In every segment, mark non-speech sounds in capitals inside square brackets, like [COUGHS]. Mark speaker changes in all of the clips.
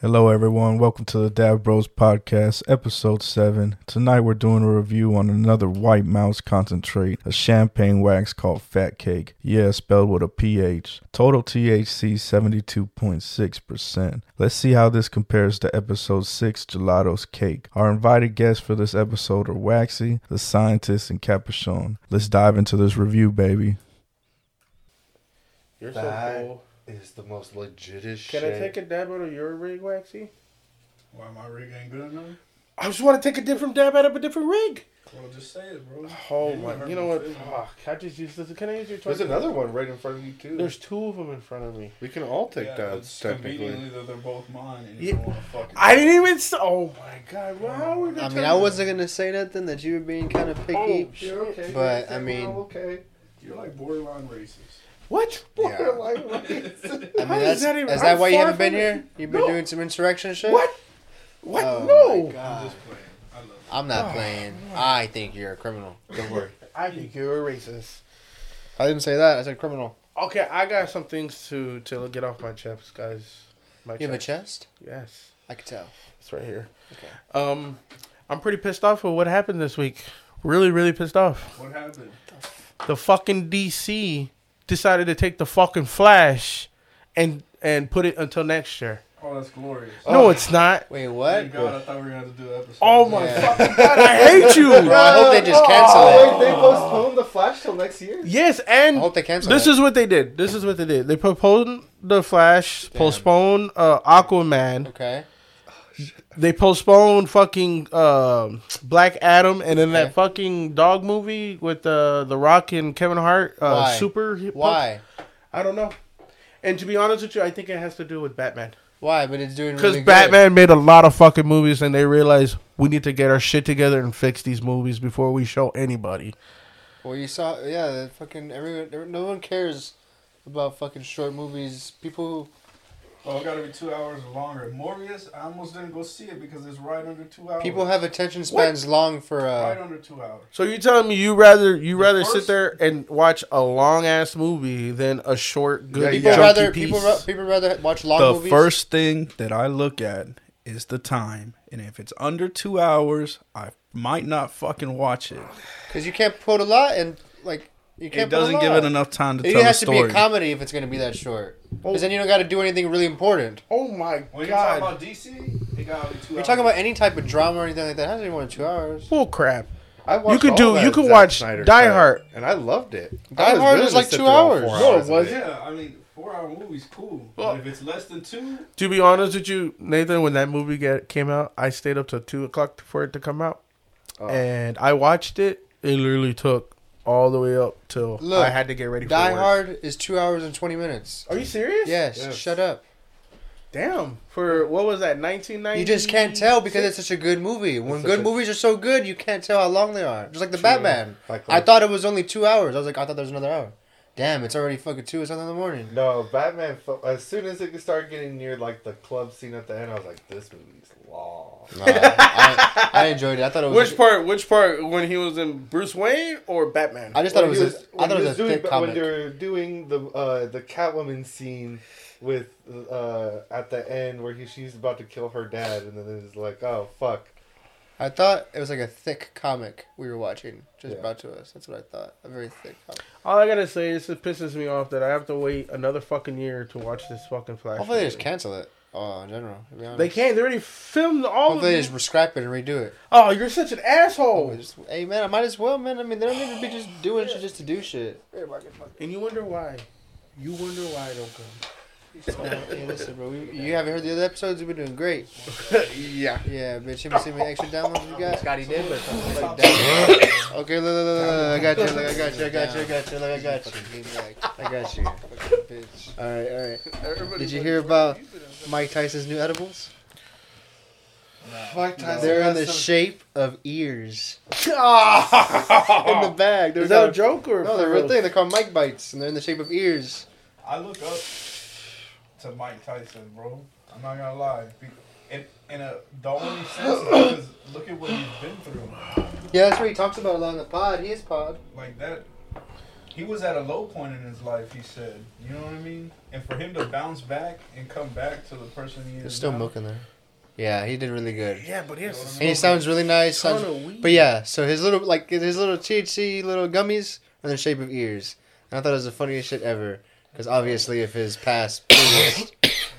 Speaker 1: Hello, everyone. Welcome to the Dab Bros Podcast, Episode 7. Tonight, we're doing a review on another White Mouse concentrate, a champagne wax called Fat Cake. Yeah, spelled with a PH. Total THC 72.6%. Let's see how this compares to Episode 6, Gelato's Cake. Our invited guests for this episode are Waxy, the scientist, and Capuchon. Let's dive into this review, baby.
Speaker 2: You're
Speaker 3: That
Speaker 2: so cool.
Speaker 3: is the most legit as
Speaker 2: Can
Speaker 3: shit.
Speaker 2: I take a dab out of your rig, Waxy?
Speaker 4: Why my rig ain't good enough?
Speaker 2: I just want to take a different dab out of a different rig.
Speaker 4: Well, just say it, bro.
Speaker 2: Oh
Speaker 4: Yeah, you
Speaker 2: my!
Speaker 4: hurt
Speaker 2: You know
Speaker 4: my
Speaker 2: what?
Speaker 4: feelings.
Speaker 2: Fuck! I just used this. Can I use your?
Speaker 3: There's
Speaker 2: toilet?
Speaker 3: another one right in front of you too.
Speaker 2: There's two of them in front of me.
Speaker 3: we can all take
Speaker 4: yeah,
Speaker 3: that
Speaker 4: it's
Speaker 3: technically.
Speaker 4: conveniently that they're both mine, and
Speaker 2: Yeah.
Speaker 4: you don't want to fuck it.
Speaker 2: I didn't even. s oh my god! Well, how are they
Speaker 5: I mean,
Speaker 2: turning-
Speaker 5: I wasn't gonna say nothing that you were being kind of picky.
Speaker 2: Oh, shit.
Speaker 3: You're okay.
Speaker 5: But,
Speaker 3: you're
Speaker 5: I mean-
Speaker 3: okay.
Speaker 4: You're like borderline racist.
Speaker 2: What?
Speaker 3: You're
Speaker 5: Yeah.
Speaker 3: like, [LAUGHS] what?
Speaker 5: I
Speaker 2: How
Speaker 5: mean,
Speaker 2: is
Speaker 5: that's,
Speaker 2: that even-
Speaker 5: is
Speaker 2: I'm
Speaker 5: that why you
Speaker 2: far
Speaker 5: haven't been
Speaker 2: from
Speaker 5: here? You've been
Speaker 2: No.
Speaker 5: doing some insurrection shit.
Speaker 2: What? What?
Speaker 5: Oh, my
Speaker 2: no!
Speaker 4: I'm
Speaker 5: God.
Speaker 4: just playing. I love it.
Speaker 5: I'm not playing. I think you're a criminal.
Speaker 3: Don't worry.
Speaker 2: I think you're a racist.
Speaker 5: I didn't say that. I said criminal.
Speaker 2: Okay, I got some things to to get off my chest, guys. My
Speaker 5: You have a
Speaker 2: chest.
Speaker 5: chest?
Speaker 2: Yes,
Speaker 5: I could tell.
Speaker 2: it's right here.
Speaker 5: Okay.
Speaker 2: Um, I'm pretty pissed off with what happened this week. Really, really pissed off.
Speaker 4: What happened?
Speaker 2: the fucking DC decided to take the fucking Flash and and put it until next year.
Speaker 4: Oh, that's glorious.
Speaker 2: No, it's not.
Speaker 5: Wait,
Speaker 4: Thank
Speaker 5: what?
Speaker 4: God, I thought we were going to have to do an episode.
Speaker 2: Oh my
Speaker 5: Yeah.
Speaker 2: fucking god, I hate
Speaker 5: [LAUGHS] Bro,
Speaker 2: you.
Speaker 5: I hope they just cancel it.
Speaker 3: they postponed the Flash till next year.
Speaker 2: [LAUGHS] Yes,
Speaker 5: I
Speaker 2: and
Speaker 5: hope they cancel
Speaker 2: this
Speaker 5: it.
Speaker 2: is what they did. This is what they did. They postponed the Flash,
Speaker 5: Damn.
Speaker 2: postponed uh, Aquaman,
Speaker 5: okay.
Speaker 2: they postponed fucking um Black Adam, and then
Speaker 5: Okay.
Speaker 2: that fucking dog movie with uh, the Rock and Kevin Hart. Uh,
Speaker 5: Why?
Speaker 2: Super.
Speaker 5: Why?
Speaker 2: I don't know. And to be honest with you, I think it has to do with Batman.
Speaker 5: Why? But it's doing
Speaker 2: Because
Speaker 5: really good.
Speaker 2: Batman made a lot of fucking movies, and they realized we need to get our shit together and fix these movies before we show anybody.
Speaker 5: Well, you saw. Yeah, the fucking everyone. No one cares about fucking short movies. People.
Speaker 4: Oh, it got to be two hours longer. Morbius, I almost didn't go see it because it's right under two hours.
Speaker 5: People have attention spans long for.
Speaker 4: Right
Speaker 5: Uh,
Speaker 4: under two hours.
Speaker 2: So you telling me you rather you rather sit
Speaker 4: first-
Speaker 2: there and watch a long ass movie than a short good
Speaker 5: people
Speaker 2: chunky
Speaker 5: rather.
Speaker 2: piece?
Speaker 5: People. ra- People rather watch long
Speaker 4: the
Speaker 5: movies.
Speaker 4: first thing that I look at is the time, and if it's under two hours, I might not fucking watch it.
Speaker 5: Because you can't put a lot and like you can't.
Speaker 4: It doesn't
Speaker 5: put a
Speaker 4: give
Speaker 5: lot.
Speaker 4: it enough time to
Speaker 5: It
Speaker 4: tell the
Speaker 5: has to be
Speaker 4: story.
Speaker 5: a comedy if it's going to be that short. Because then you don't got to do anything really important.
Speaker 2: oh my
Speaker 4: when you
Speaker 2: god!
Speaker 4: talk about DC, it got to be two.
Speaker 5: You're
Speaker 4: hours.
Speaker 5: talking about any type of drama or anything like that. It has to be more than two hours.
Speaker 2: Bull crap.
Speaker 3: I watched
Speaker 2: could
Speaker 3: all
Speaker 2: do-
Speaker 3: that
Speaker 2: you could
Speaker 3: Zack
Speaker 2: watch
Speaker 3: Snyder
Speaker 2: Die
Speaker 3: shit,
Speaker 2: Hard.
Speaker 3: and I loved it. I
Speaker 5: Die Hard
Speaker 3: was willing
Speaker 5: was
Speaker 3: to
Speaker 5: like
Speaker 3: sit
Speaker 5: two
Speaker 3: through all
Speaker 5: hours.
Speaker 3: four
Speaker 5: No, it
Speaker 3: hours of
Speaker 5: wasn't.
Speaker 4: Yeah, I mean, four-hour movies cool.
Speaker 2: Well-
Speaker 4: but if it's less than two,
Speaker 2: To be honest with you, Nathan, when that movie get, came out, I stayed up till two o'clock for it to come out, and I watched it. It literally took all the way up till
Speaker 5: Look,
Speaker 2: I had to get ready. for
Speaker 5: Die
Speaker 2: work.
Speaker 5: Hard is two hours and 20 minutes.
Speaker 2: Are you serious?
Speaker 5: Yes,
Speaker 3: Yes.
Speaker 5: shut up.
Speaker 2: Damn. For what was that? Nineteen ninety.
Speaker 5: You just can't tell because it's such a good movie. When
Speaker 3: It's
Speaker 5: good
Speaker 3: such a-
Speaker 5: movies are so good, you can't tell how long they are. Just like the Batman.
Speaker 3: Like,
Speaker 5: I thought it was only two hours. I was like, I thought there was another hour. Damn, it's already fucking two or something in the morning.
Speaker 3: No, Batman. fo- As soon as it started getting near like the club scene at the end, I was like, "This movie's long."
Speaker 5: Nah, I, I enjoyed it. I thought it was.
Speaker 2: Which part? Which part? When he was in Bruce Wayne or Batman?
Speaker 5: I just thought it
Speaker 3: When
Speaker 5: was. a-
Speaker 3: he
Speaker 5: I
Speaker 3: when
Speaker 5: thought
Speaker 3: he
Speaker 5: it was a
Speaker 3: doing,
Speaker 5: thick
Speaker 3: but
Speaker 5: comic.
Speaker 3: When they were doing the uh, the Catwoman scene with uh, at the end where he, she's about to kill her dad, and then it's like, "Oh fuck."
Speaker 5: I thought it was like a thick comic we were watching just
Speaker 3: Yeah.
Speaker 5: brought to us. That's what I thought. A very thick comic.
Speaker 2: All I gotta say is it pisses me off that I have to wait another fucking year to watch this fucking Flash.
Speaker 5: Hopefully they
Speaker 2: movie.
Speaker 5: just cancel it. Oh, in general. to be honest.
Speaker 2: They can't. They already filmed all
Speaker 5: Hopefully they
Speaker 2: of
Speaker 5: just
Speaker 2: it.
Speaker 5: rescrap it and redo it.
Speaker 2: Oh, you're such an asshole.
Speaker 5: Oh, just, hey man, I might as well, man. I mean, they don't need to be just doing shit just to do shit.
Speaker 2: And you wonder why. You wonder why I don't come.
Speaker 5: Hey, listen, bro. We, you haven't heard the other episodes? We've been doing great.
Speaker 3: [LAUGHS]
Speaker 2: yeah.
Speaker 5: Yeah, bitch. You haven't seen any extra downloads you got?
Speaker 2: Scotty did, but
Speaker 5: Like that. Okay, look, look, look, look, I got you. Look, I got you. I got you. I got you. Look, I got you. I got you. Bitch. All right, all right. Did you hear about Mike Tyson's new edibles?
Speaker 3: Mike Tyson
Speaker 5: They're in
Speaker 3: has
Speaker 5: the
Speaker 3: some-
Speaker 5: shape of
Speaker 3: [LAUGHS]
Speaker 5: ears. in the bag. They're
Speaker 2: is that a
Speaker 5: called,
Speaker 2: joke or
Speaker 5: no,
Speaker 2: for
Speaker 5: they're real
Speaker 2: real?
Speaker 5: thing. They're called mic bites, and they're in the shape of ears.
Speaker 4: I look up to Mike Tyson, bro. I'm not gonna lie. Be- In, in a, the only sense is because look at what he's been through.
Speaker 5: Yeah, that's what he talks about a lot in the pod. His pod.
Speaker 4: Like that, he was at a low point in his life. He said, you know what I mean. And for him to bounce back and come back to the person he is,
Speaker 5: There's still
Speaker 4: now,
Speaker 5: milk in there. Yeah, he did really good.
Speaker 2: Yeah, but he has to
Speaker 5: And he sounds really nice.
Speaker 2: smoke a
Speaker 5: Sounds,
Speaker 2: ton of weed.
Speaker 5: but yeah, so his little like his little THC little gummies are in the shape of ears, and I thought it was the funniest shit ever. Because obviously, if his past [COUGHS] previous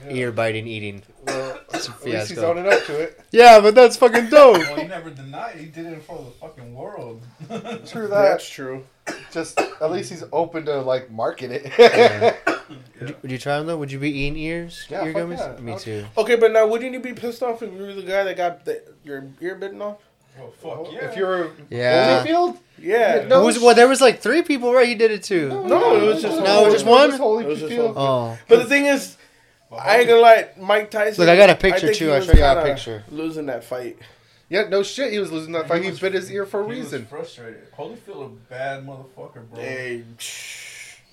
Speaker 5: ear biting eating,
Speaker 3: Well,
Speaker 5: it's a
Speaker 3: at least he's
Speaker 5: fiasco.
Speaker 3: owning up to it.
Speaker 5: Yeah, but that's fucking dope.
Speaker 4: Well, he never denied. He did it in front of the fucking world.
Speaker 3: [LAUGHS] True that.
Speaker 2: That's true.
Speaker 3: Just at least he's open to like market it. [LAUGHS]
Speaker 5: Yeah.
Speaker 4: Yeah.
Speaker 5: Would you try them though? Would you be eating ears?
Speaker 3: Yeah,
Speaker 5: ear
Speaker 3: fuck
Speaker 5: gummies?
Speaker 3: yeah.
Speaker 5: Me
Speaker 3: I'll-
Speaker 5: too.
Speaker 2: Okay, but now wouldn't you be pissed off if you were the guy that got the, your ear bitten off?
Speaker 4: Well, fuck yeah.
Speaker 3: If you're
Speaker 5: Yeah.
Speaker 3: Holyfield,
Speaker 2: Yeah.
Speaker 3: No,
Speaker 5: Who's, well, there was like three people, right? He did it too.
Speaker 2: No, it was just
Speaker 3: Oh,
Speaker 5: No, just one?
Speaker 3: Holyfield.
Speaker 2: It was just one.
Speaker 5: Oh,
Speaker 2: But the thing is, I ain't gonna lie, Mike Tyson.
Speaker 5: Look, I got a picture,
Speaker 2: think
Speaker 5: too.
Speaker 2: he
Speaker 5: I'll
Speaker 2: was
Speaker 5: show you a
Speaker 2: kinda
Speaker 5: picture.
Speaker 2: Losing that fight.
Speaker 3: Yeah, no shit. He was losing that fight. He,
Speaker 4: was-
Speaker 3: bit his ear for a
Speaker 4: he
Speaker 3: reason.
Speaker 4: Was frustrated. Holyfield, a bad motherfucker, bro.
Speaker 2: Hey,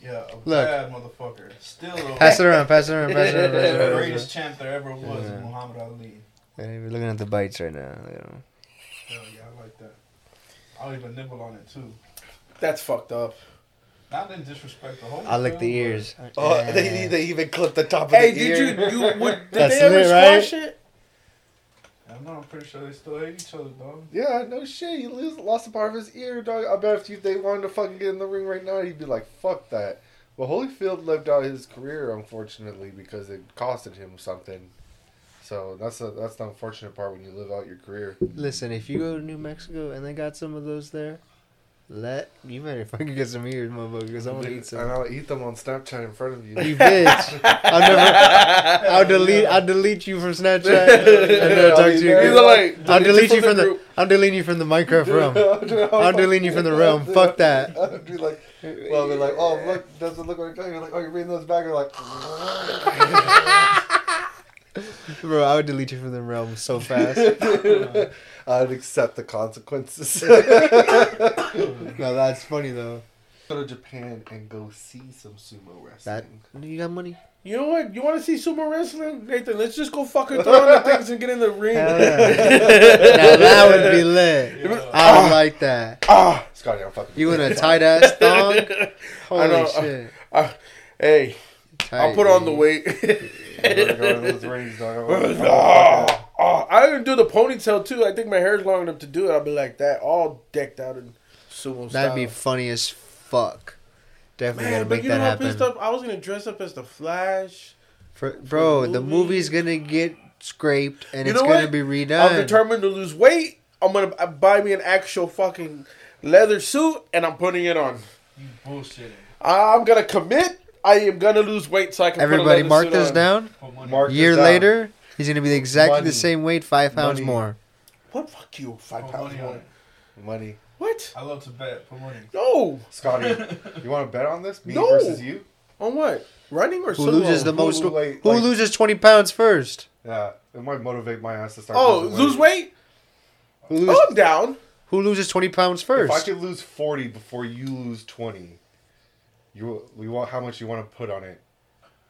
Speaker 4: Yeah, a
Speaker 5: Look.
Speaker 4: bad motherfucker. Still though,
Speaker 5: pass it around, pass it around, pass it around. Pass it
Speaker 4: the
Speaker 5: around. [LAUGHS]
Speaker 4: greatest champ there ever was,
Speaker 5: Yeah.
Speaker 4: is Muhammad Ali.
Speaker 5: Hey, we're looking at the bites right now. Look at 'em.
Speaker 4: Hell yeah, I like that. I'll even nibble on it too.
Speaker 2: that's fucked up.
Speaker 4: Not in disrespect to Holyfield.
Speaker 5: I lick the
Speaker 4: but-
Speaker 5: ears.
Speaker 2: Oh,
Speaker 5: [LAUGHS] Yeah.
Speaker 3: even clipped the top of
Speaker 2: Hey, did you, you would, did
Speaker 5: That's
Speaker 2: they ever
Speaker 5: lit, right?
Speaker 2: squash it?
Speaker 4: I don't know. I'm pretty sure they still hate each other, dog.
Speaker 3: Yeah, no shit. He lose, lost a part of his ear, dog. I bet if you, they wanted to fucking get in the ring right now, he'd be like, "Fuck that." But Holyfield lived out his career, unfortunately, because it costed him something. So that's the that's the unfortunate part when you live out your career.
Speaker 5: Listen, if you go to New Mexico and they got some of those there, let you better fucking get some ears, motherfucker, because I'm gonna eat
Speaker 3: And
Speaker 5: [LAUGHS] some.
Speaker 3: I'll eat them on Snapchat in front of
Speaker 5: You
Speaker 3: you. [LAUGHS]
Speaker 5: bitch! I'll never. I'll delete. I'll delete you from [LAUGHS] Snapchat. I'll never talk to you.
Speaker 3: He's
Speaker 5: again.
Speaker 2: These are like,
Speaker 5: I'll delete you from the.
Speaker 2: group.
Speaker 5: I'll delete you from the Minecraft realm. [LAUGHS] I'll delete you from the realm. Fuck [LAUGHS]
Speaker 3: [LAUGHS]
Speaker 5: that.
Speaker 3: I'll be like, well, they're like, oh look, doesn't look like you're like, oh, you're reading those back. You're like, [LAUGHS]
Speaker 5: Bro, I would delete you from the realm so fast. [LAUGHS]
Speaker 3: I'd accept the consequences. [LAUGHS]
Speaker 5: no, that's funny though.
Speaker 3: go to Japan and go see some sumo
Speaker 5: That
Speaker 3: wrestling.
Speaker 5: you got money?
Speaker 2: You know what? You want to see sumo wrestling, Nathan? Let's just go fucking throw on
Speaker 5: [LAUGHS]
Speaker 2: the things and get in the ring.
Speaker 5: Hell yeah. now that would be lit.
Speaker 2: [LAUGHS]
Speaker 5: I would like that.
Speaker 2: Ah,
Speaker 3: Scotty, I'm fucking.
Speaker 5: You in a tight ass thong? Holy
Speaker 2: know, [LAUGHS] I-
Speaker 5: shit!
Speaker 2: hey, I'll put on the
Speaker 5: weight.
Speaker 2: weight.
Speaker 5: [LAUGHS]
Speaker 2: [LAUGHS]
Speaker 3: We're going to those rings, dog.
Speaker 2: Ah, ah. I didn't do the ponytail too. I think my hair's long enough to do it. I'll be like that, all decked out in sumo style.
Speaker 5: That'd be funny as fuck. Definitely
Speaker 2: Man,
Speaker 5: gotta make
Speaker 2: but you know
Speaker 5: that
Speaker 2: how pissed
Speaker 5: happen.
Speaker 2: up I was gonna dress up as the Flash.
Speaker 5: For, bro,
Speaker 2: for the
Speaker 5: the
Speaker 2: movie.
Speaker 5: movie's gonna get scraped and
Speaker 2: You
Speaker 5: it's
Speaker 2: know
Speaker 5: gonna
Speaker 2: what?
Speaker 5: be
Speaker 2: I'm
Speaker 5: redone.
Speaker 2: determined to lose weight. I'm gonna uh, buy me an actual fucking leather suit, and I'm putting it on.
Speaker 4: You bullshitting.
Speaker 2: I'm gonna commit. I am gonna lose weight so I can. put a
Speaker 5: Everybody,
Speaker 2: leather
Speaker 5: mark
Speaker 2: suit
Speaker 5: this
Speaker 2: on.
Speaker 5: down.
Speaker 4: For money.
Speaker 3: Mark this
Speaker 5: Year
Speaker 3: down.
Speaker 5: later, he's gonna be exactly
Speaker 3: Money.
Speaker 5: the same weight, five pounds
Speaker 3: Money.
Speaker 5: more.
Speaker 2: What? Fuck you. Five
Speaker 4: Put
Speaker 2: pounds
Speaker 4: money on
Speaker 2: more.
Speaker 4: it.
Speaker 3: money.
Speaker 2: What?
Speaker 4: I love to bet. Put money.
Speaker 2: No.
Speaker 3: Scotty, you want to bet on this? Me
Speaker 2: No.
Speaker 3: versus you?
Speaker 2: On what? Running or
Speaker 5: Who
Speaker 2: sumo?
Speaker 5: loses the
Speaker 3: who-
Speaker 5: most? Who,
Speaker 3: like- like-
Speaker 5: loses twenty pounds first?
Speaker 3: Yeah, it might motivate my ass to start.
Speaker 2: Oh,
Speaker 3: losing
Speaker 2: lose weight.
Speaker 5: Who, lose,
Speaker 2: Oh, I'm down.
Speaker 5: who loses twenty pounds first?
Speaker 3: If I could lose forty before you lose twenty, you we want how much you want to put on it.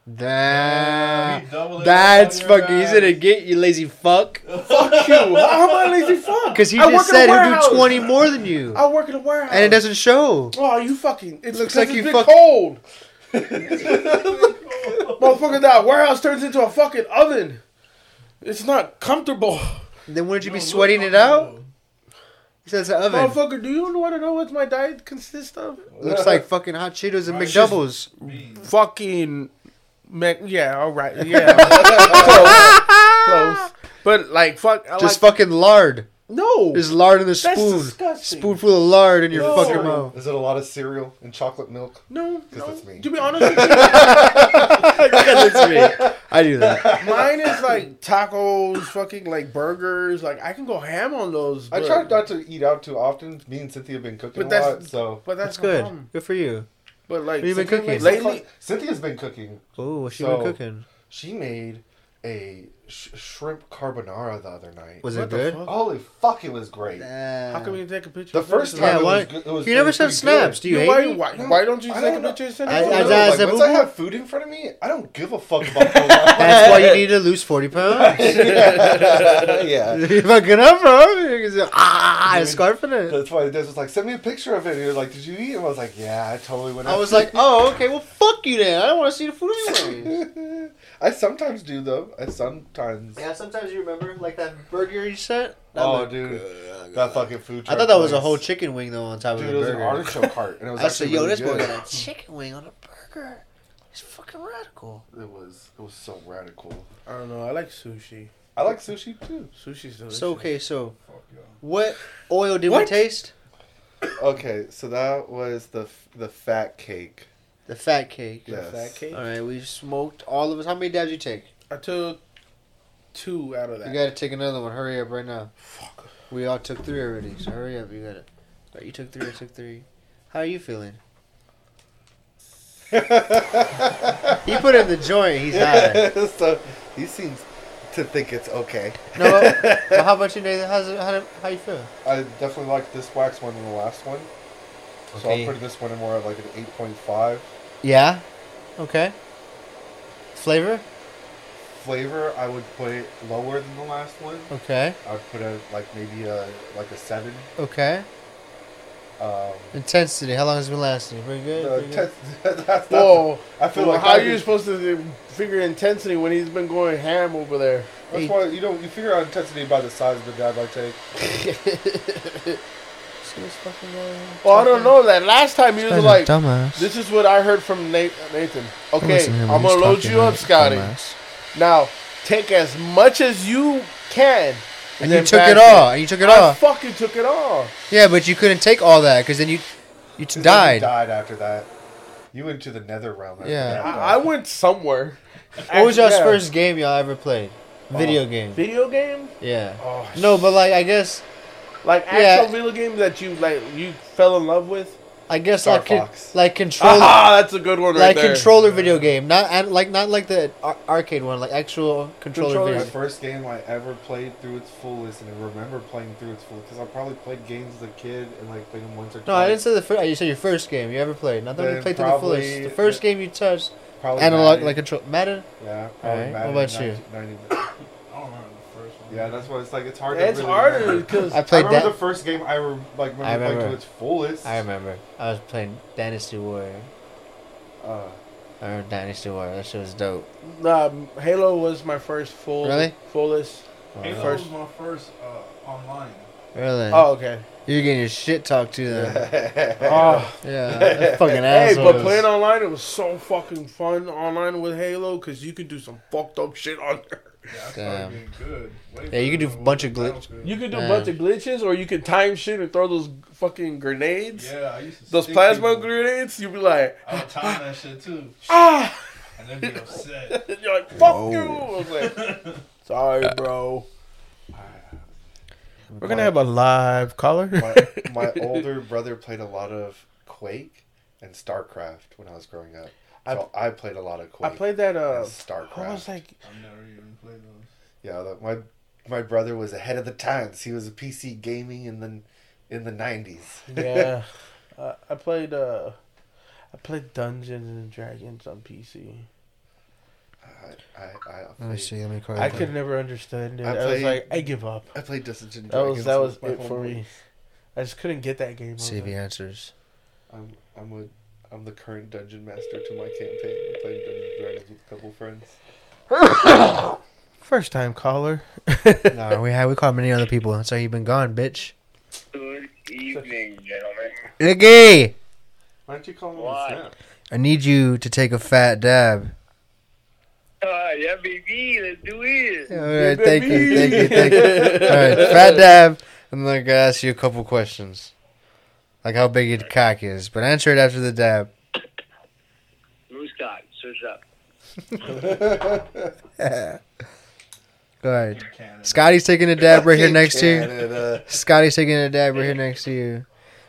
Speaker 5: That,
Speaker 4: We double it
Speaker 5: that's
Speaker 4: on your
Speaker 5: fucking. He's
Speaker 4: ass.
Speaker 5: gonna get you, lazy
Speaker 3: [LAUGHS]
Speaker 5: fuck.
Speaker 2: Fuck you. How
Speaker 5: [LAUGHS]
Speaker 2: am I lazy fuck?
Speaker 5: Because he
Speaker 2: I
Speaker 5: just
Speaker 2: work in a
Speaker 5: said he'll
Speaker 2: warehouse.
Speaker 5: do twenty more than you,
Speaker 2: I work in a warehouse.
Speaker 5: and it doesn't show.
Speaker 2: Oh, you fucking! It looks like
Speaker 5: like
Speaker 2: you
Speaker 5: you
Speaker 2: been
Speaker 5: fuck- [LAUGHS]
Speaker 2: cold. Motherfucker, that warehouse turns into a fucking oven. It's not comfortable.
Speaker 5: Then wouldn't you be
Speaker 4: Don't look
Speaker 5: sweating it
Speaker 4: comfortable.
Speaker 5: out? He says the oven.
Speaker 2: Motherfucker, do you want to know what my diet consists of?
Speaker 5: Looks like fucking hot Cheetos and
Speaker 4: Right.
Speaker 5: McDoubles.
Speaker 4: Beans.
Speaker 2: Fucking, mac- yeah, [LAUGHS] all right, yeah, close, close. But like, fuck, I
Speaker 5: Just
Speaker 2: like,
Speaker 5: fucking lard.
Speaker 2: no.
Speaker 5: There's lard in the
Speaker 2: That's
Speaker 5: spoon.
Speaker 2: disgusting.
Speaker 5: Spoonful of lard in your
Speaker 2: No.
Speaker 5: fucking
Speaker 3: [LAUGHS]
Speaker 5: mouth.
Speaker 3: Is it a lot of cereal and chocolate milk?
Speaker 2: no, no.
Speaker 3: that's me.
Speaker 2: To be honest with you, [LAUGHS]
Speaker 5: [LAUGHS] I do
Speaker 3: [LAUGHS]
Speaker 5: that.
Speaker 2: mine is like tacos, fucking like burgers. Like I can go ham on those.
Speaker 3: I
Speaker 2: but-
Speaker 3: try not to eat out too often. Me and Cynthia have been cooking
Speaker 2: But
Speaker 3: a
Speaker 2: that's-
Speaker 3: lot, so
Speaker 2: but that's,
Speaker 5: That's
Speaker 2: my
Speaker 5: good.
Speaker 2: problem.
Speaker 5: Good for you.
Speaker 2: But like,
Speaker 5: What have you been
Speaker 2: something
Speaker 5: cooking?
Speaker 2: Lately,
Speaker 3: Cynthia's been cooking.
Speaker 5: Oh, what's she
Speaker 3: So-
Speaker 5: been cooking?
Speaker 3: She made a a sh- shrimp carbonara the other night.
Speaker 5: Was
Speaker 2: What
Speaker 5: it
Speaker 2: the
Speaker 5: good?
Speaker 2: fuck?
Speaker 3: Holy fuck, it was great.
Speaker 2: How come you didn't take a picture?
Speaker 3: The
Speaker 2: and send it
Speaker 3: first
Speaker 2: to
Speaker 3: time
Speaker 5: Yeah,
Speaker 3: it
Speaker 5: why?
Speaker 3: was good. It was,
Speaker 5: you
Speaker 3: it
Speaker 5: never
Speaker 3: was
Speaker 5: said
Speaker 3: pretty
Speaker 5: snaps. Do
Speaker 3: good.
Speaker 2: me?
Speaker 5: you
Speaker 2: why,
Speaker 5: hate me?
Speaker 2: why,
Speaker 3: No,
Speaker 2: why don't you
Speaker 3: I
Speaker 2: take a
Speaker 3: don't know.
Speaker 2: picture and send it
Speaker 5: I-
Speaker 2: to
Speaker 5: I-
Speaker 2: me?
Speaker 5: I-
Speaker 3: Like,
Speaker 5: said,
Speaker 3: once
Speaker 5: "Well,
Speaker 3: I have food in front of me, I don't give a fuck
Speaker 5: [LAUGHS]
Speaker 3: about Pokemon.
Speaker 5: That's why
Speaker 3: [LAUGHS]
Speaker 5: you need to lose 40 pounds. [LAUGHS]
Speaker 3: yeah.
Speaker 5: if I get up, bro, you can say, ah, I scarfing it.
Speaker 3: That's why Des was like, send me a picture of it. And he was like, did you eat? And I was like, yeah, I totally went.
Speaker 5: I
Speaker 3: out
Speaker 5: was
Speaker 3: to
Speaker 5: like, oh, okay, well, fuck you then. I don't want to see the food anyway.
Speaker 3: eat." [LAUGHS] I sometimes do though. I sometimes.
Speaker 5: yeah, sometimes you remember, like that burger you sent. That
Speaker 3: Oh,
Speaker 5: looked
Speaker 3: dude,
Speaker 5: good.
Speaker 3: That fucking food.
Speaker 5: I
Speaker 3: Truck
Speaker 5: thought that was a
Speaker 3: place.
Speaker 5: whole chicken wing, though, on top
Speaker 3: Dude,
Speaker 5: of
Speaker 3: it
Speaker 5: the
Speaker 3: was an
Speaker 5: burger.
Speaker 3: artichoke heart, and it was
Speaker 5: I said,
Speaker 3: actually
Speaker 5: yo,
Speaker 3: really
Speaker 5: this boy
Speaker 3: good.
Speaker 5: got
Speaker 3: [LAUGHS]
Speaker 5: a chicken wing on a burger. It's fucking radical.
Speaker 3: It was it was so radical.
Speaker 2: I don't know. I like sushi.
Speaker 3: I like sushi too.
Speaker 2: Sushi's delicious.
Speaker 5: So, okay, so
Speaker 4: Fuck y'all.
Speaker 5: what oil did we
Speaker 2: What?
Speaker 5: taste?
Speaker 3: Okay, so that was the f- the fat cake.
Speaker 5: The fat cake.
Speaker 3: Yeah.
Speaker 2: Is that cake?
Speaker 5: All right, we smoked all of us. How many dabs you take?
Speaker 2: I took two out of that.
Speaker 5: You gotta take another one. Hurry up right now. We all took three already, so hurry up. You gotta. All right, you took three. I took three. How are
Speaker 2: [LAUGHS]
Speaker 5: you feeling? He put in the joint. He's high.
Speaker 3: [LAUGHS] so he seems to think it's okay.
Speaker 5: No. well, how about you, Nathan? How's it, how, do- how you feel?
Speaker 3: I definitely like this wax one than the last one. So
Speaker 5: Okay.
Speaker 3: I'm putting this one in more of like an eight point five.
Speaker 5: Yeah. Okay. Flavor.
Speaker 3: Flavor, I would put it lower than the last one.
Speaker 5: Okay.
Speaker 3: I'd put a like maybe a like a seven.
Speaker 5: Okay.
Speaker 3: Um,
Speaker 5: Intensity. How long has it been lasting? Pretty good.
Speaker 3: the
Speaker 5: Pretty good?
Speaker 3: test- [LAUGHS] that's, that's,
Speaker 2: Whoa.
Speaker 3: I feel
Speaker 2: Well,
Speaker 3: like
Speaker 2: how
Speaker 3: I
Speaker 2: are you
Speaker 3: could-
Speaker 2: supposed to do- figure intensity when he's been going ham over there?
Speaker 3: That's why you don't you figure out intensity by the size of the dab I take.
Speaker 5: See this fucking guy?
Speaker 2: Well, I don't know that. Last time you
Speaker 5: This guy's
Speaker 2: was
Speaker 5: a
Speaker 2: like,
Speaker 5: dumbass.
Speaker 2: this is what I heard from Na- Nathan.
Speaker 5: Don't
Speaker 2: Okay,
Speaker 5: listen to him.
Speaker 2: I'm
Speaker 5: He's
Speaker 2: going to load
Speaker 5: talking
Speaker 2: you up,
Speaker 5: like a
Speaker 2: Scotty.
Speaker 5: dumbass.
Speaker 2: Now, take as much as you can.
Speaker 5: And you
Speaker 2: then
Speaker 5: took
Speaker 2: back
Speaker 5: it all. And you took it
Speaker 2: I
Speaker 5: all.
Speaker 2: fucking took it all.
Speaker 5: Yeah, but you couldn't take all that because then you you t-
Speaker 3: Then you
Speaker 5: died.
Speaker 3: Died after that. You went to the nether realm. After
Speaker 5: Yeah.
Speaker 3: that, dog.
Speaker 2: I, I went somewhere.
Speaker 5: What was y'all's
Speaker 2: Yeah.
Speaker 5: first game y'all ever played? Video game.
Speaker 2: video game?
Speaker 5: Yeah.
Speaker 3: Oh,
Speaker 5: No, but like I guess
Speaker 2: Like actual
Speaker 5: Yeah.
Speaker 2: video game that you like you fell in love with?
Speaker 5: I guess
Speaker 3: Star
Speaker 5: like con-
Speaker 3: Fox.
Speaker 5: like
Speaker 3: [LAUGHS]
Speaker 5: controller
Speaker 2: Ah, [LAUGHS] that's a good one right
Speaker 5: like
Speaker 2: there.
Speaker 5: controller video game, not and like not like the ar- arcade one, like actual controller,
Speaker 2: Controller.
Speaker 5: video.
Speaker 3: My
Speaker 5: game.
Speaker 3: first game I ever played through its fullest, and I remember playing through its fullest because I probably played games as a kid and like played them once or twice.
Speaker 5: No, I didn't say the first. You said your first game you ever played. Not that
Speaker 3: Then
Speaker 5: you played to the
Speaker 3: probably-
Speaker 5: fullest. The first game you touched,
Speaker 3: Probably
Speaker 5: analog
Speaker 3: Madden.
Speaker 5: like control Madden.
Speaker 3: yeah. Probably
Speaker 5: Alright,
Speaker 3: Madden
Speaker 5: what about you?
Speaker 3: 1990.
Speaker 4: I don't remember the first one.
Speaker 3: Yeah, that's why it's like it's hard.
Speaker 2: It's
Speaker 3: to really
Speaker 2: harder
Speaker 3: Remember.
Speaker 2: because
Speaker 5: I
Speaker 3: I
Speaker 5: played
Speaker 3: remember
Speaker 5: that.
Speaker 3: the first game I re- like remember,
Speaker 5: I
Speaker 3: playing
Speaker 5: remember.
Speaker 3: to its fullest.
Speaker 5: I remember. I was playing Dynasty Warrior.
Speaker 3: Uh,
Speaker 5: I remember Dynasty Warrior. That shit was dope.
Speaker 2: um, Halo was my first full
Speaker 5: Really?
Speaker 2: fullest.
Speaker 4: Halo
Speaker 2: First-
Speaker 4: was my first uh, online.
Speaker 5: Really?
Speaker 2: Oh, okay.
Speaker 5: You're getting your shit talked to then.
Speaker 2: [LAUGHS] Oh,
Speaker 5: yeah, that fucking
Speaker 2: hey,
Speaker 5: asshole.
Speaker 2: but playing online it was so fucking fun online with Halo because you could do some fucked up shit on there.
Speaker 4: Yeah, I started
Speaker 5: Damn.
Speaker 4: getting good. Way
Speaker 5: Yeah, you can do a
Speaker 4: better
Speaker 5: bunch
Speaker 4: than
Speaker 5: of glitch-
Speaker 4: Battlefield.
Speaker 2: You could do a
Speaker 5: Yeah.
Speaker 2: bunch of glitches, or you could time shit and throw those fucking grenades.
Speaker 4: Yeah, I used to.
Speaker 2: Those
Speaker 4: stick
Speaker 2: plasma
Speaker 4: people.
Speaker 2: grenades, you'd be like,
Speaker 4: I would time that shit too,
Speaker 2: [LAUGHS] ah,
Speaker 4: and they'd be upset.
Speaker 2: and [LAUGHS] you're like, fuck you. I was like,
Speaker 4: [LAUGHS]
Speaker 5: Uh,
Speaker 2: sorry, bro. We're gonna have a live caller.
Speaker 3: my, my older brother played a lot of Quake and StarCraft when I was growing up. So I, played a lot of
Speaker 2: I
Speaker 3: Quake.
Speaker 2: played that.
Speaker 3: and
Speaker 2: Uh, what
Speaker 3: StarCraft.
Speaker 2: was like?
Speaker 4: I've never even played those.
Speaker 3: Yeah, that, my my brother was ahead of the times. He was a PC gaming in the in the nineties.
Speaker 2: Yeah, uh, [LAUGHS] I played. uh I played Dungeons and Dragons on PC.
Speaker 3: I, I, I,
Speaker 5: Let me
Speaker 3: played,
Speaker 5: see. Let me call
Speaker 2: I could never understand it.
Speaker 3: I
Speaker 2: I, was
Speaker 3: played-
Speaker 2: like, I give up.
Speaker 3: I played Dungeons and
Speaker 2: That was
Speaker 3: Dragons.
Speaker 2: that was
Speaker 3: with my
Speaker 2: it for
Speaker 3: homeboy.
Speaker 2: me. I just couldn't get that game.
Speaker 5: See if he
Speaker 2: over.
Speaker 5: answers.
Speaker 3: I'm I'm a I'm the current dungeon master to my campaign. I'm playing Dungeons and Dragons with a couple
Speaker 2: [LAUGHS]
Speaker 3: friends.
Speaker 2: First time
Speaker 5: [LAUGHS]
Speaker 2: caller.
Speaker 5: no, Uh, we had we called many other people. That's why you've been gone, bitch.
Speaker 6: Good [LAUGHS] evening, gentlemen.
Speaker 5: Iggy,
Speaker 3: Why don't you call him
Speaker 6: Why?
Speaker 3: on [LAUGHS] Snap?
Speaker 5: I need you to take a fat dab.
Speaker 6: Uh, yeah, baby, let's do
Speaker 5: All
Speaker 6: it.
Speaker 5: right, thank you, thank you, thank
Speaker 2: [LAUGHS]
Speaker 5: you. All right, fat dab. I'm gonna ask you a couple questions, like how big your cock is, but answer it after the dab.
Speaker 6: Moose cock, search up.
Speaker 5: Go ahead.
Speaker 4: In Canada.
Speaker 5: Scotty's taking a dab right here next to you.
Speaker 3: Canada.
Speaker 5: Scotty's taking a dab right here next to you.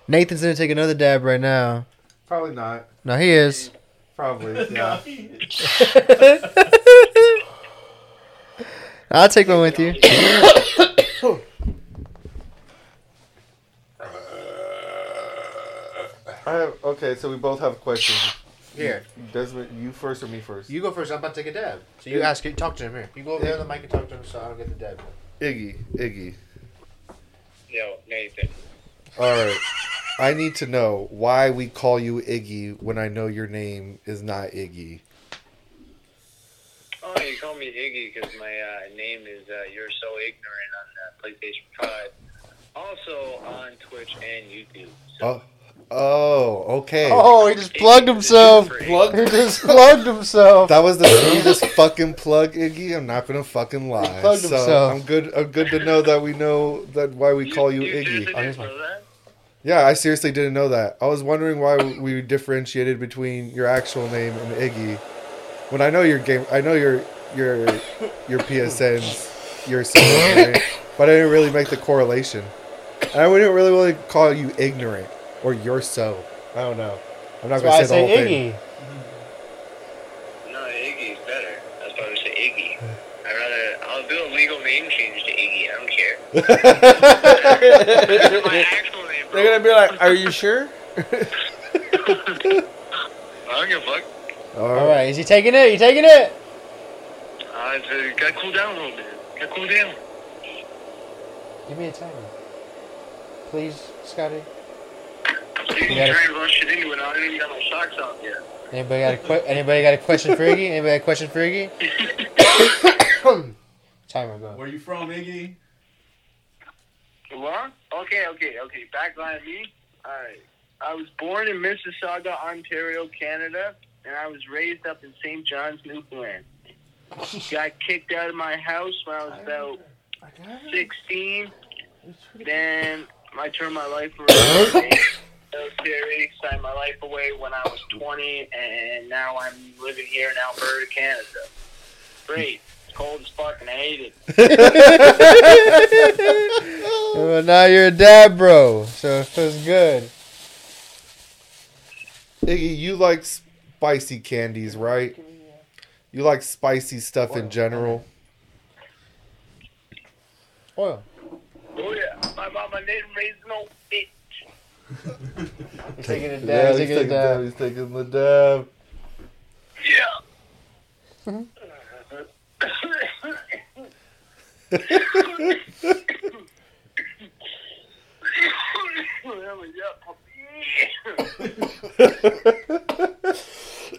Speaker 5: Nathan's gonna take another dab right now.
Speaker 3: Probably not.
Speaker 5: No, he is.
Speaker 3: Probably. Yeah.
Speaker 5: I'll take one with you.
Speaker 3: I have okay. So we both have questions.
Speaker 5: Here,
Speaker 3: Desmond, you first or me first?
Speaker 5: you go first. I'm about to take a dab. So you ask, talk to him here. You go over there on the mic and talk to him, so I don't get the dab.
Speaker 3: Iggy, Iggy.
Speaker 6: Yo, Nathan.
Speaker 3: All right. I need to know why we call you Iggy when I know your name is not Iggy.
Speaker 6: Oh, you call me Iggy because my uh, name is uh, You're So Ignorant on uh, PlayStation 5. Also on Twitch and YouTube. So
Speaker 3: Oh, oh, okay.
Speaker 5: Oh, he just plugged himself. He just plugged himself.
Speaker 3: [LAUGHS] That was the sweetest fucking plug, Iggy. I'm not gonna fucking lie.
Speaker 5: plugged
Speaker 3: so
Speaker 5: himself.
Speaker 3: I'm good. I'm good to know that we know that why we call you Iggy. Yeah, I seriously didn't know that. I was wondering why we differentiated between your actual name and Iggy. When I know your game, I know your your your PSNs, your similar name, but I didn't really make the correlation. And I wouldn't really want to call you ignorant or you're so. I don't know. I'm
Speaker 5: That's
Speaker 3: not
Speaker 5: why I
Speaker 3: gonna say the whole thing.
Speaker 5: say Iggy.
Speaker 6: No, Iggy is better. That's why I would say Iggy. I'd rather, I'll do a legal name change to Iggy. I don't care.
Speaker 5: [LAUGHS]
Speaker 6: [LAUGHS] That's my actual name, bro.
Speaker 2: They're gonna be like, "Are you sure?"
Speaker 6: I don't give a fuck.
Speaker 5: All right, is he taking it? You taking it?
Speaker 6: Uh, it's, uh, gotta cool down a little bit. Gotta cool down.
Speaker 5: Give me a timer, please, Scotty.
Speaker 6: You can
Speaker 5: gotta-
Speaker 6: try and rush it into it. I haven't even got my socks off yet.
Speaker 5: Anybody got a que- anybody got a question for Iggy? Anybody got a question for Iggy? [COUGHS] timer go.
Speaker 4: Where you from, Iggy?
Speaker 6: Well, okay, okay, okay. Back line me. All right. I was born in Mississauga, Ontario, Canada, and I was raised up in St. John's, Newfoundland. Got kicked out of my house when I was about 16. Then I turned my life around. Military, signed my life away when I was 20, and now I'm living here in Alberta, Canada. Great. It's cold as fuck, and I hate it.
Speaker 5: Well, Oh, now you're a dad, bro. So it feels good.
Speaker 3: Iggy, you like spicy candies, right? You like spicy stuff in general.
Speaker 5: Oil.
Speaker 6: Oh, yeah. My mama didn't raise no bitch.
Speaker 5: He's taking it
Speaker 3: Yeah,
Speaker 5: down.
Speaker 3: he's
Speaker 5: He's taking it
Speaker 3: taking the dab.
Speaker 5: down.
Speaker 3: He's taking the dab.
Speaker 6: Yeah.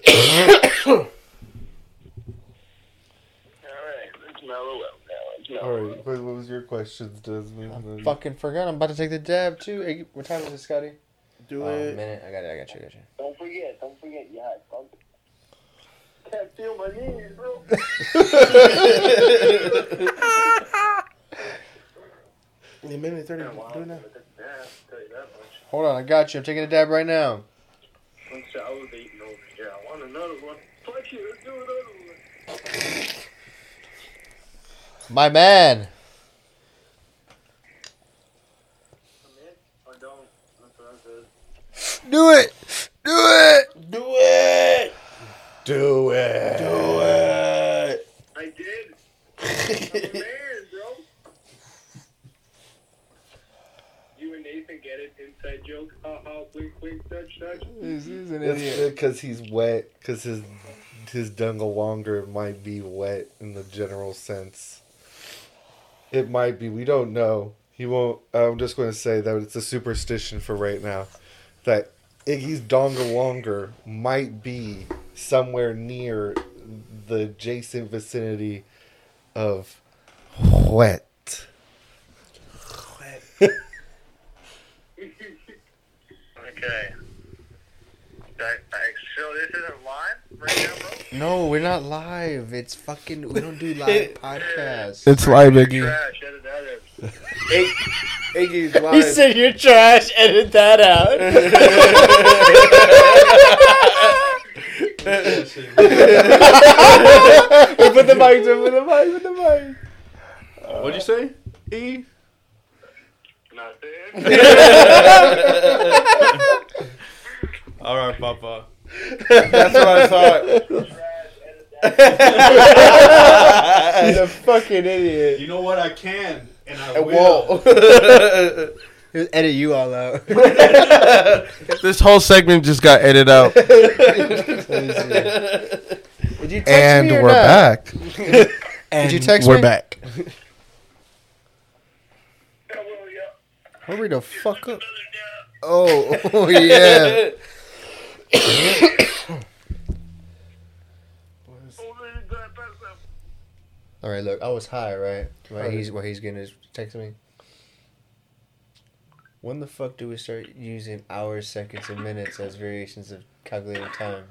Speaker 3: [LAUGHS] All right. What what was your questions, Desmond?
Speaker 5: Fucking forgot. I'm about to take the dab too. Iggy, what time is it, Scotty?
Speaker 2: Do
Speaker 5: Oh,
Speaker 2: it.
Speaker 5: minute. I got it. I got you. I got you.
Speaker 6: Don't forget, don't forget, yeah. Don't... Can't feel my knees, bro.
Speaker 2: In a minute thirty. Do it now.
Speaker 6: I
Speaker 5: Hold on. I got you. I'm taking a dab right now.
Speaker 6: was eating over here. I want another one. Fuck you, let's do another one.
Speaker 5: My man.
Speaker 6: Come in or don't. That's what I said.
Speaker 5: Do it. Do it.
Speaker 2: Do it.
Speaker 3: Do it.
Speaker 2: Do it.
Speaker 6: I
Speaker 2: [LAUGHS]
Speaker 6: did. I'm embarrassed, bro. You and Nathan get it. Inside joke. Ha ha. Blink, blink, touch, touch.
Speaker 5: He's, he's an idiot.
Speaker 3: It's because he's wet. Because his his dungle longer might be wet in the general sense. It might be. We don't know. He won't. I'm just going to say that it's a superstition for right now, that Iggy's dongle longer might be somewhere near the adjacent vicinity of wet.
Speaker 6: Okay. That, I, so this isn't live right now, bro?
Speaker 5: No, we're not live. It's fucking. We don't do [LAUGHS] live podcasts.
Speaker 1: It's live, Iggy.
Speaker 6: Trash. Edit that out.
Speaker 3: Iggy's
Speaker 5: He
Speaker 3: live.
Speaker 5: said you're trash. Edit that out. put the mic to put the mic, put the mic.
Speaker 2: What'd you say? E.
Speaker 5: [LAUGHS]
Speaker 6: Nothing.
Speaker 4: All right, Papa.
Speaker 2: That's what I thought.
Speaker 6: Trash. Edit that out.
Speaker 5: He's a fucking idiot.
Speaker 4: You know what? I can and I will.
Speaker 3: Whoa.
Speaker 2: [LAUGHS]
Speaker 5: He'll edit you all out.
Speaker 2: This whole segment just got edited out.
Speaker 5: [LAUGHS] Did you text
Speaker 2: and
Speaker 5: me or
Speaker 2: we're
Speaker 5: not?
Speaker 2: back.
Speaker 5: [LAUGHS] Did you text
Speaker 2: we're
Speaker 5: me?
Speaker 2: back.
Speaker 5: Hurry the fuck up. Oh, oh, [LAUGHS] yeah. All right, look, I was high, right? While he's while he's getting his text me. When the fuck do we start using hours, seconds, and minutes as variations of calculating time?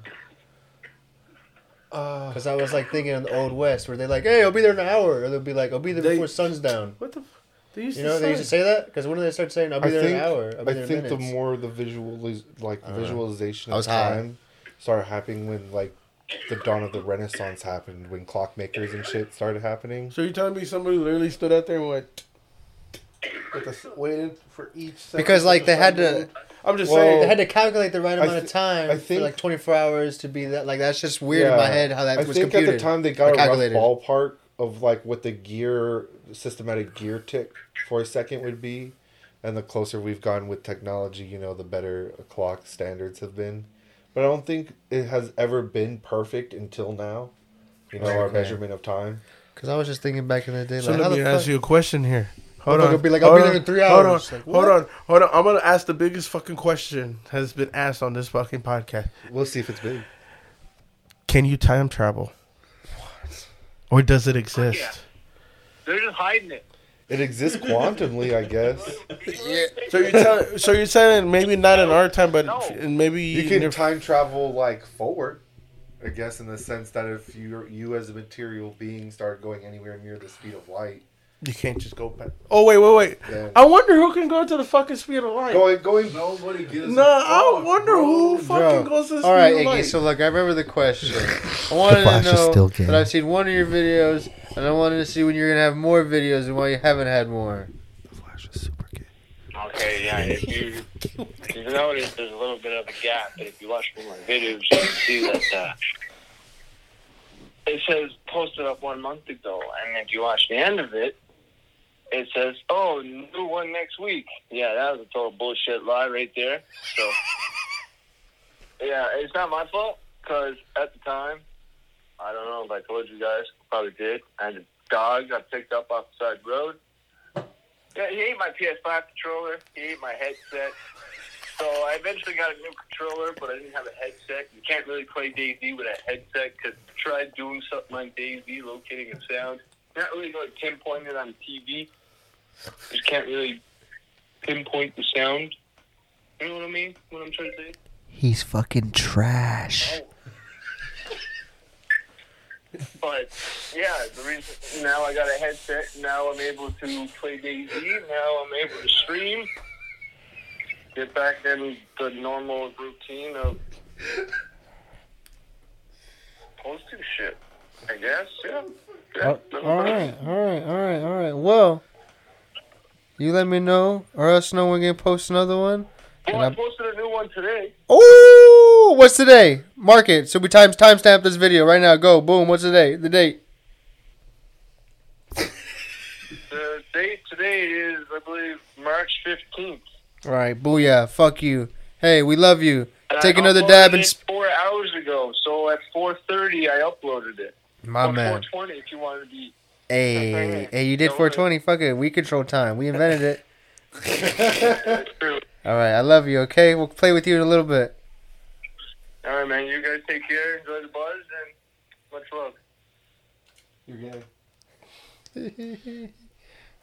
Speaker 3: Uh,
Speaker 5: Because I was like thinking in the old west where they're like, "Hey, I'll be there in an hour," or they'll be like, "I'll be there
Speaker 3: They-
Speaker 5: before sun's down."
Speaker 2: What the? F- they used
Speaker 5: You know, they used to say that because when did they start saying, "I'll be
Speaker 3: I
Speaker 5: there
Speaker 3: think,
Speaker 5: in an hour"? I'll be
Speaker 3: I
Speaker 5: there in
Speaker 3: think the
Speaker 5: minutes."
Speaker 3: more the visual, like the
Speaker 5: Uh,
Speaker 3: visualization
Speaker 5: I
Speaker 3: of
Speaker 5: was high.
Speaker 3: time started happening when like the dawn of the Renaissance happened, when clockmakers and shit started happening.
Speaker 2: so you're telling me somebody literally stood out there and went with the s- waited for each second
Speaker 5: Because,
Speaker 2: for
Speaker 5: like,
Speaker 2: the
Speaker 5: they had
Speaker 2: sun
Speaker 5: to-
Speaker 2: move? I'm just
Speaker 3: Well-
Speaker 5: they
Speaker 2: saying.
Speaker 5: had to calculate the right
Speaker 3: I
Speaker 5: amount
Speaker 3: thi-
Speaker 5: of time
Speaker 3: I think-
Speaker 5: for like 24 hours to be that. Like that's just weird in
Speaker 3: Yeah.
Speaker 5: my head how that
Speaker 3: I
Speaker 5: was
Speaker 3: think
Speaker 5: computed.
Speaker 3: at the time they got a rough
Speaker 5: calculated.
Speaker 3: ballpark of like what the gear systematic gear tick for a second would be, and the closer we've gone with technology, you know, the better clock standards have been. But I don't think it has ever been perfect until now. You know, our
Speaker 5: Okay.
Speaker 3: measurement of time.
Speaker 5: Because I was just thinking back in the day,
Speaker 2: So
Speaker 5: like how
Speaker 2: let me
Speaker 5: the fuck?
Speaker 2: ask you a question here. Hold
Speaker 5: Motherfucker
Speaker 2: on.
Speaker 5: be like,
Speaker 2: hold
Speaker 5: I'll be
Speaker 2: on,
Speaker 5: there in three
Speaker 2: hold on,
Speaker 5: hours. Like,
Speaker 2: hold on. Hold on. I'm gonna ask the biggest fucking question has been asked on this fucking podcast.
Speaker 3: We'll see if it's big.
Speaker 2: Can you time travel? Or does it exist?
Speaker 6: Yeah. They're just hiding it.
Speaker 3: It exists quantumly, I guess.
Speaker 5: [LAUGHS]
Speaker 2: So you're telling, so you're saying maybe not in our time, but
Speaker 6: No.
Speaker 2: f- maybe
Speaker 3: You can
Speaker 2: near-
Speaker 3: time travel like forward, I guess, in the sense that if you you as a material being start going anywhere near the speed of light,
Speaker 2: you can't just go back. Oh wait, wait, wait.
Speaker 3: then
Speaker 2: I wonder who can go to the fucking speed of light.
Speaker 3: going going
Speaker 4: Nobody gives.
Speaker 2: Nah, I wonder who fucking
Speaker 5: Bro.
Speaker 2: goes to the speed
Speaker 5: All right,
Speaker 2: of light.
Speaker 5: Iggy. So look, I remember the [LAUGHS] question. I wanted to
Speaker 1: Flash is
Speaker 5: know
Speaker 1: still gay.
Speaker 5: that I've seen one of your videos, and I wanted to see when you're gonna have more videos and why you haven't had more.
Speaker 6: Okay, yeah. If you, if you notice, there's a little bit of a gap, but if you watch one of my videos, you can see that uh, it says posted up one month ago, and if you watch the end of it, it says, "Oh, new one next week." Yeah, that was a total bullshit lie right there. So, yeah, it's not my fault because at the time, I don't know if I told you guys, probably did. I had a dog I picked up off the side road. Yeah, he ate my PS5 controller. He ate my headset. So I eventually got a new controller, but I didn't have a headset. You can't really play DayZ with a headset because try doing something like DayZ, locating a sound. Not really like pinpointed on TV. Just can't really pinpoint the sound. You know what I mean? What I'm trying to say?
Speaker 7: He's fucking trash.
Speaker 6: But yeah, the reason now I got a headset. Now I'm able to play DayZ. Now I'm able to stream. Get back in the normal routine of posting shit. I guess. Yeah. yeah.
Speaker 5: Oh, all right, all right, all right, all right. Well, you let me know, or else no one can post another one.
Speaker 6: Well, Oh, I posted a new one today.
Speaker 5: Oh, what's today? Mark it. So we times timestamp this video right now. Go, boom. What's the day? The date.
Speaker 6: The date today is, I believe, March 15th.
Speaker 5: All right, booyah. Fuck you. Hey, we love you.
Speaker 6: And
Speaker 5: Take
Speaker 6: I
Speaker 5: another dab
Speaker 6: uploaded
Speaker 5: and
Speaker 6: it
Speaker 5: sp-
Speaker 6: four hours ago. So at 4:30, I uploaded it.
Speaker 5: my
Speaker 6: Or
Speaker 5: man.
Speaker 6: 4:20, if you wanted to be.
Speaker 5: Hey, hey, you did
Speaker 6: Don't
Speaker 5: 420. Fuck it. We control time. We invented it.
Speaker 6: That's true.
Speaker 5: All right, I love you. Okay, we'll play with you in a little bit.
Speaker 6: All right, man. You guys take care. Enjoy the buzz and much
Speaker 3: You're
Speaker 6: love.
Speaker 3: [LAUGHS] gay.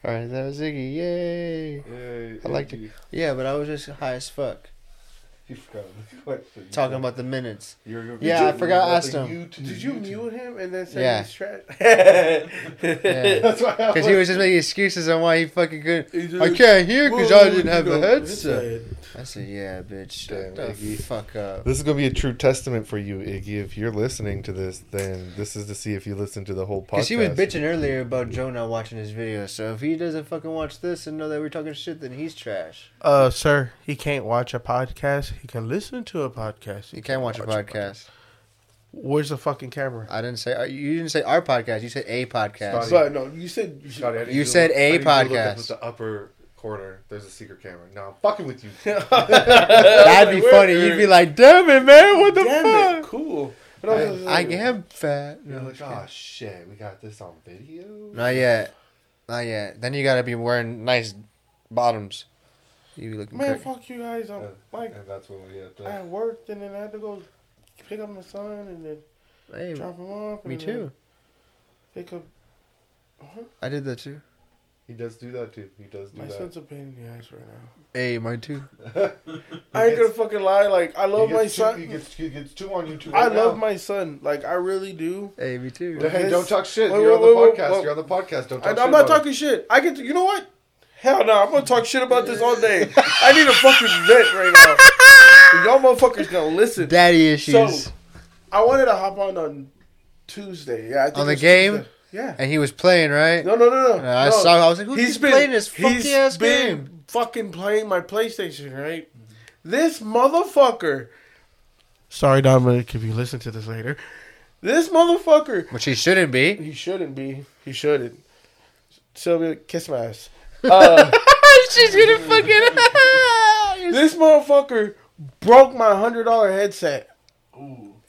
Speaker 5: All right, that was Ziggy. Yay.
Speaker 3: Yay,
Speaker 5: I liked it.
Speaker 3: you.
Speaker 5: Yeah, but I was just high as fuck
Speaker 3: You forgot the question.
Speaker 5: talking about the minutes.
Speaker 3: You're gonna
Speaker 5: Yeah, I forgot I asked him.
Speaker 2: Did you mute him and then say
Speaker 5: Yeah.
Speaker 2: he's
Speaker 3: [LAUGHS]
Speaker 2: trash?
Speaker 5: Yeah.
Speaker 3: That's why I
Speaker 5: Because he was just making excuses on why he fucking couldn't.
Speaker 2: He's
Speaker 5: I
Speaker 2: just-
Speaker 5: can't hear because I didn't have a
Speaker 2: Whoa,
Speaker 5: headset. I said, yeah, bitch. Shut
Speaker 3: Damn,
Speaker 5: the
Speaker 3: Iggy.
Speaker 5: fuck up.
Speaker 3: This is gonna be a true testament for you, Iggy. If you're listening to this, then this is to see if you listen to the whole podcast.
Speaker 5: Because he was bitching earlier about Joe not watching his videos. So if he doesn't fucking watch this and know that we're talking shit, then he's trash.
Speaker 2: Uh, sir, he can't watch a podcast. He can listen to a podcast.
Speaker 5: He can't watch a podcast.
Speaker 2: Where's the fucking camera?
Speaker 5: I didn't say uh, you didn't say our podcast. You said a podcast.
Speaker 3: Sorry.
Speaker 2: But Uh, no, you said
Speaker 3: Scotty, I need
Speaker 5: You
Speaker 3: to
Speaker 5: said
Speaker 3: look-
Speaker 5: a
Speaker 3: I need to look up
Speaker 5: podcast.
Speaker 3: With the upper corner, there's a secret camera. No, I'm fucking with you.
Speaker 5: That'd be funny. You'd be like, "Damn it, man! What the
Speaker 2: Damn it, [LAUGHS]
Speaker 5: fuck?"
Speaker 2: cool.
Speaker 5: I am fat.
Speaker 3: You're
Speaker 5: No,
Speaker 3: like, oh shit, we got this on video.
Speaker 5: not yet. Not yet. Then you gotta be wearing nice bottoms. You be looking
Speaker 2: Man,
Speaker 5: crazy.
Speaker 2: fuck you guys. I'm
Speaker 3: And,
Speaker 2: like,
Speaker 3: and that's when we had
Speaker 2: I
Speaker 3: to.
Speaker 2: worked and then I had to go pick up my son and then
Speaker 5: Hey,
Speaker 2: drop him off.
Speaker 5: me
Speaker 2: and then
Speaker 5: too.
Speaker 2: Pick up.
Speaker 5: I did that too.
Speaker 3: He does do that too. He does do
Speaker 2: My
Speaker 3: that.
Speaker 2: son's a pain in the ass right now.
Speaker 5: Hey, mine too.
Speaker 2: I ain't gonna fucking lie. Like I love
Speaker 3: he
Speaker 2: my
Speaker 3: gets two, He
Speaker 2: son.
Speaker 3: gets, he gets two on YouTube.
Speaker 2: I
Speaker 3: right now.
Speaker 2: love my son. Like I really do.
Speaker 5: Hey, me too.
Speaker 3: Hey, don't talk shit.
Speaker 2: Wait,
Speaker 3: You're on the
Speaker 2: wait, wait, wait,
Speaker 3: podcast.
Speaker 2: wait.
Speaker 3: You're on the podcast. Don't talk
Speaker 2: I,
Speaker 3: shit.
Speaker 2: I'm not
Speaker 3: about
Speaker 2: talking shit. I get to, you know what? Hell no, I'm gonna talk shit about this all day. I need a fucking vent right
Speaker 5: [LAUGHS]
Speaker 2: now. Y'all motherfuckers gonna listen.
Speaker 5: Daddy issues.
Speaker 2: So- I wanted to hop on on Tuesday. Yeah, I think
Speaker 5: On the
Speaker 2: it was
Speaker 5: game?
Speaker 2: Tuesday. Yeah.
Speaker 5: and he was playing, right?
Speaker 2: No, no, no, no.
Speaker 5: And I
Speaker 2: no.
Speaker 5: saw. I was like, "Who's
Speaker 2: He's been
Speaker 5: playing this funky
Speaker 2: he's
Speaker 5: ass
Speaker 2: been
Speaker 5: game?"
Speaker 2: Fucking playing my PlayStation, right? This motherfucker. Sorry, Dominic, if you listen to this later. This motherfucker
Speaker 5: Which he shouldn't
Speaker 2: [LAUGHS]
Speaker 5: be.
Speaker 2: He shouldn't be. He shouldn't. Sylvia, kiss my ass. Uh,
Speaker 5: She's gonna [LAUGHS] fucking.
Speaker 2: this motherfucker broke my hundred dollar headset.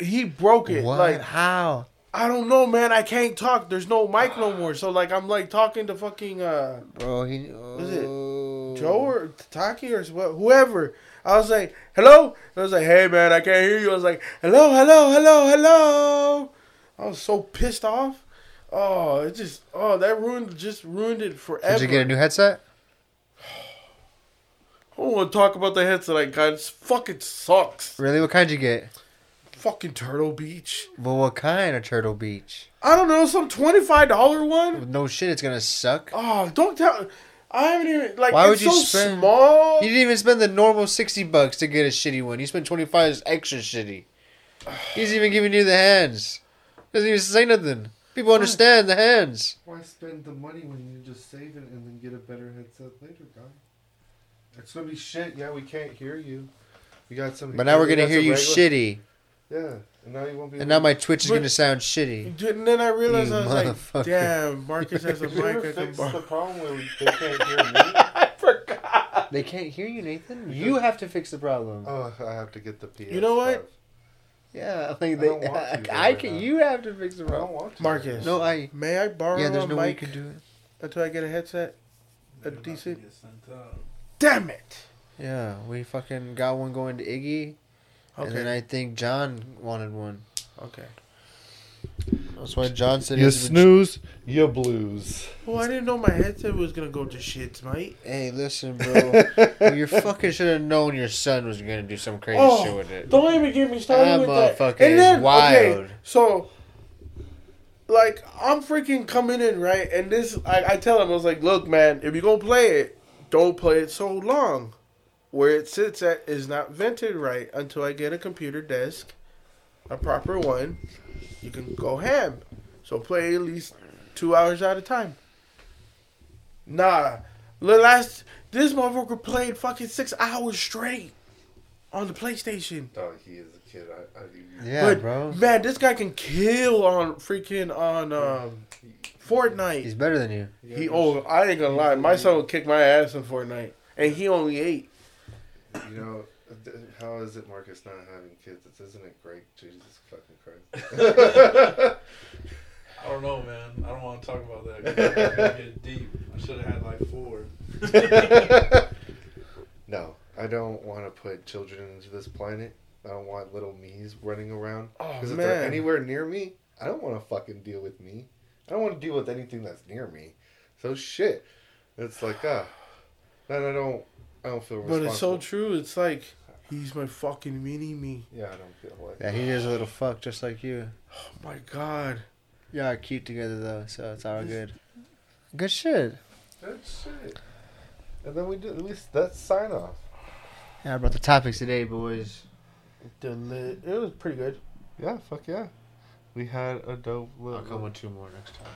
Speaker 2: He broke it. [LAUGHS]
Speaker 5: what?
Speaker 2: Like
Speaker 5: How?
Speaker 2: I don't know, man. I can't talk. There's no mic no more. So like I'm like talking to fucking uh,
Speaker 5: Bro, he.
Speaker 2: is it?
Speaker 5: Oh.
Speaker 2: Joe or Taki or wh- whoever. I was like, hello. I was like, hey man, I can't hear you. I was like, hello, hello, hello, hello. I was so pissed off. Oh, it just oh that ruined just ruined it forever.
Speaker 5: Did you get a new headset?
Speaker 2: I don't want to talk about the headset I got. It fucking sucks.
Speaker 5: Really? What kind did you get?
Speaker 2: Fucking Turtle Beach.
Speaker 5: Well, what kind of Turtle Beach?
Speaker 2: I don't know, some $25 one?
Speaker 5: No shit, it's gonna suck.
Speaker 2: Oh, don't tell. I haven't even. Like,
Speaker 5: Why
Speaker 2: it's
Speaker 5: would you
Speaker 2: so
Speaker 5: spend-
Speaker 2: small.
Speaker 5: You didn't even spend the normal sixty bucks to get a shitty one. You spent twenty five is extra shitty.
Speaker 3: [SIGHS]
Speaker 5: He's even giving you the hands. Doesn't even say nothing. People understand the hands.
Speaker 3: Why spend the money when you just save it and then get a better headset later, guy? It's gonna be shit. Yeah, we can't hear you. We got some.
Speaker 5: But now we're
Speaker 3: we
Speaker 5: gonna
Speaker 3: got
Speaker 5: hear
Speaker 3: some
Speaker 5: you
Speaker 3: regular-
Speaker 5: shitty,
Speaker 3: Yeah, and now you won't be.
Speaker 5: and now
Speaker 3: able
Speaker 5: my Twitch is
Speaker 2: But-
Speaker 5: gonna sound shitty.
Speaker 2: And then I realized
Speaker 5: You
Speaker 2: I was
Speaker 5: motherfucker.
Speaker 2: like, damn, Marcus has a
Speaker 5: [LAUGHS]
Speaker 3: to- Did you
Speaker 2: mic.
Speaker 3: ever
Speaker 2: I can
Speaker 3: fix
Speaker 2: borrow.
Speaker 3: the problem where we- they can't hear me?
Speaker 5: They can't hear you, Nathan. You have to fix the problem.
Speaker 3: Oh, I have to get the PS.
Speaker 2: You know what?
Speaker 5: Yeah, [LAUGHS] like
Speaker 3: I
Speaker 5: they,
Speaker 3: don't want to,
Speaker 5: I
Speaker 3: though,
Speaker 5: can.
Speaker 3: right now.
Speaker 5: You have to fix the
Speaker 3: I don't
Speaker 5: problem.
Speaker 3: want to.
Speaker 2: Marcus.
Speaker 5: No, I.
Speaker 2: May I borrow
Speaker 5: Yeah, there's
Speaker 2: a
Speaker 5: no way you
Speaker 2: mic
Speaker 5: can do it.
Speaker 2: until I get a headset? A
Speaker 4: You're about to
Speaker 2: decent.
Speaker 4: get sent up.
Speaker 2: Damn it.
Speaker 5: Yeah, we fucking got one going to Iggy, and then
Speaker 2: Okay.
Speaker 5: I think John wanted one.
Speaker 2: okay.
Speaker 5: That's why John said.
Speaker 3: You
Speaker 5: he's been-
Speaker 3: snooze, you blues.
Speaker 2: Well, I didn't know my headset was going to go to shit, mate.
Speaker 5: Hey, listen, bro. [LAUGHS] you fucking should have known your son was gonna do some crazy
Speaker 2: Oh,
Speaker 5: shit with it.
Speaker 2: Don't even get me started
Speaker 5: That
Speaker 2: with
Speaker 5: motherfucker
Speaker 2: that. And
Speaker 5: is
Speaker 2: then,
Speaker 5: wild.
Speaker 2: Okay, so, like, I'm freaking coming in right, and this I, I tell him I was like, look, man, if you gonna play it, don't play it so long. Where it sits at is not vented right until I get a computer desk, a proper one. You can go ham. So play at least two hours at a time. Nah, the last this motherfucker played fucking six hours straight on the PlayStation.
Speaker 3: Oh, he is a kid. I, I, he-
Speaker 5: Yeah,
Speaker 2: But,
Speaker 5: bro.
Speaker 2: Man, this guy can kill on freaking on um, Fortnite.
Speaker 5: He's better than you.
Speaker 2: He oh, I ain't gonna lie, my son would kick my ass in Fortnite, and he only eight.
Speaker 3: You know, th- how is it, Marcus, not having kids? It's, isn't it great? Jesus fucking Christ. [LAUGHS]
Speaker 4: I don't know, man. I don't want to talk about that. 'cause I'm gonna get deep. I should have had like four.
Speaker 3: No, I don't want to put children into this planet. I don't want little me's running around.
Speaker 2: Oh
Speaker 3: Because if they're
Speaker 2: man,
Speaker 3: anywhere near me, I don't want to fucking deal with me. I don't want to deal with anything that's near me. So shit. It's like, ah. Then I don't, I don't feel
Speaker 2: but
Speaker 3: responsible.
Speaker 2: it's so true. It's like he's my fucking mini me.
Speaker 3: Yeah, I don't feel like
Speaker 5: Yeah, he is a little fuck, just like you.
Speaker 2: Oh my god,
Speaker 5: Y'all are cute together though, so it's all good. Good shit.
Speaker 3: Good shit. And then we do at least that's sign off.
Speaker 5: Yeah, I brought the topics today, boys.
Speaker 2: Deli- it was pretty good.
Speaker 3: Yeah, fuck yeah. We had a dope
Speaker 5: I'll
Speaker 3: little.
Speaker 5: come with two more next time.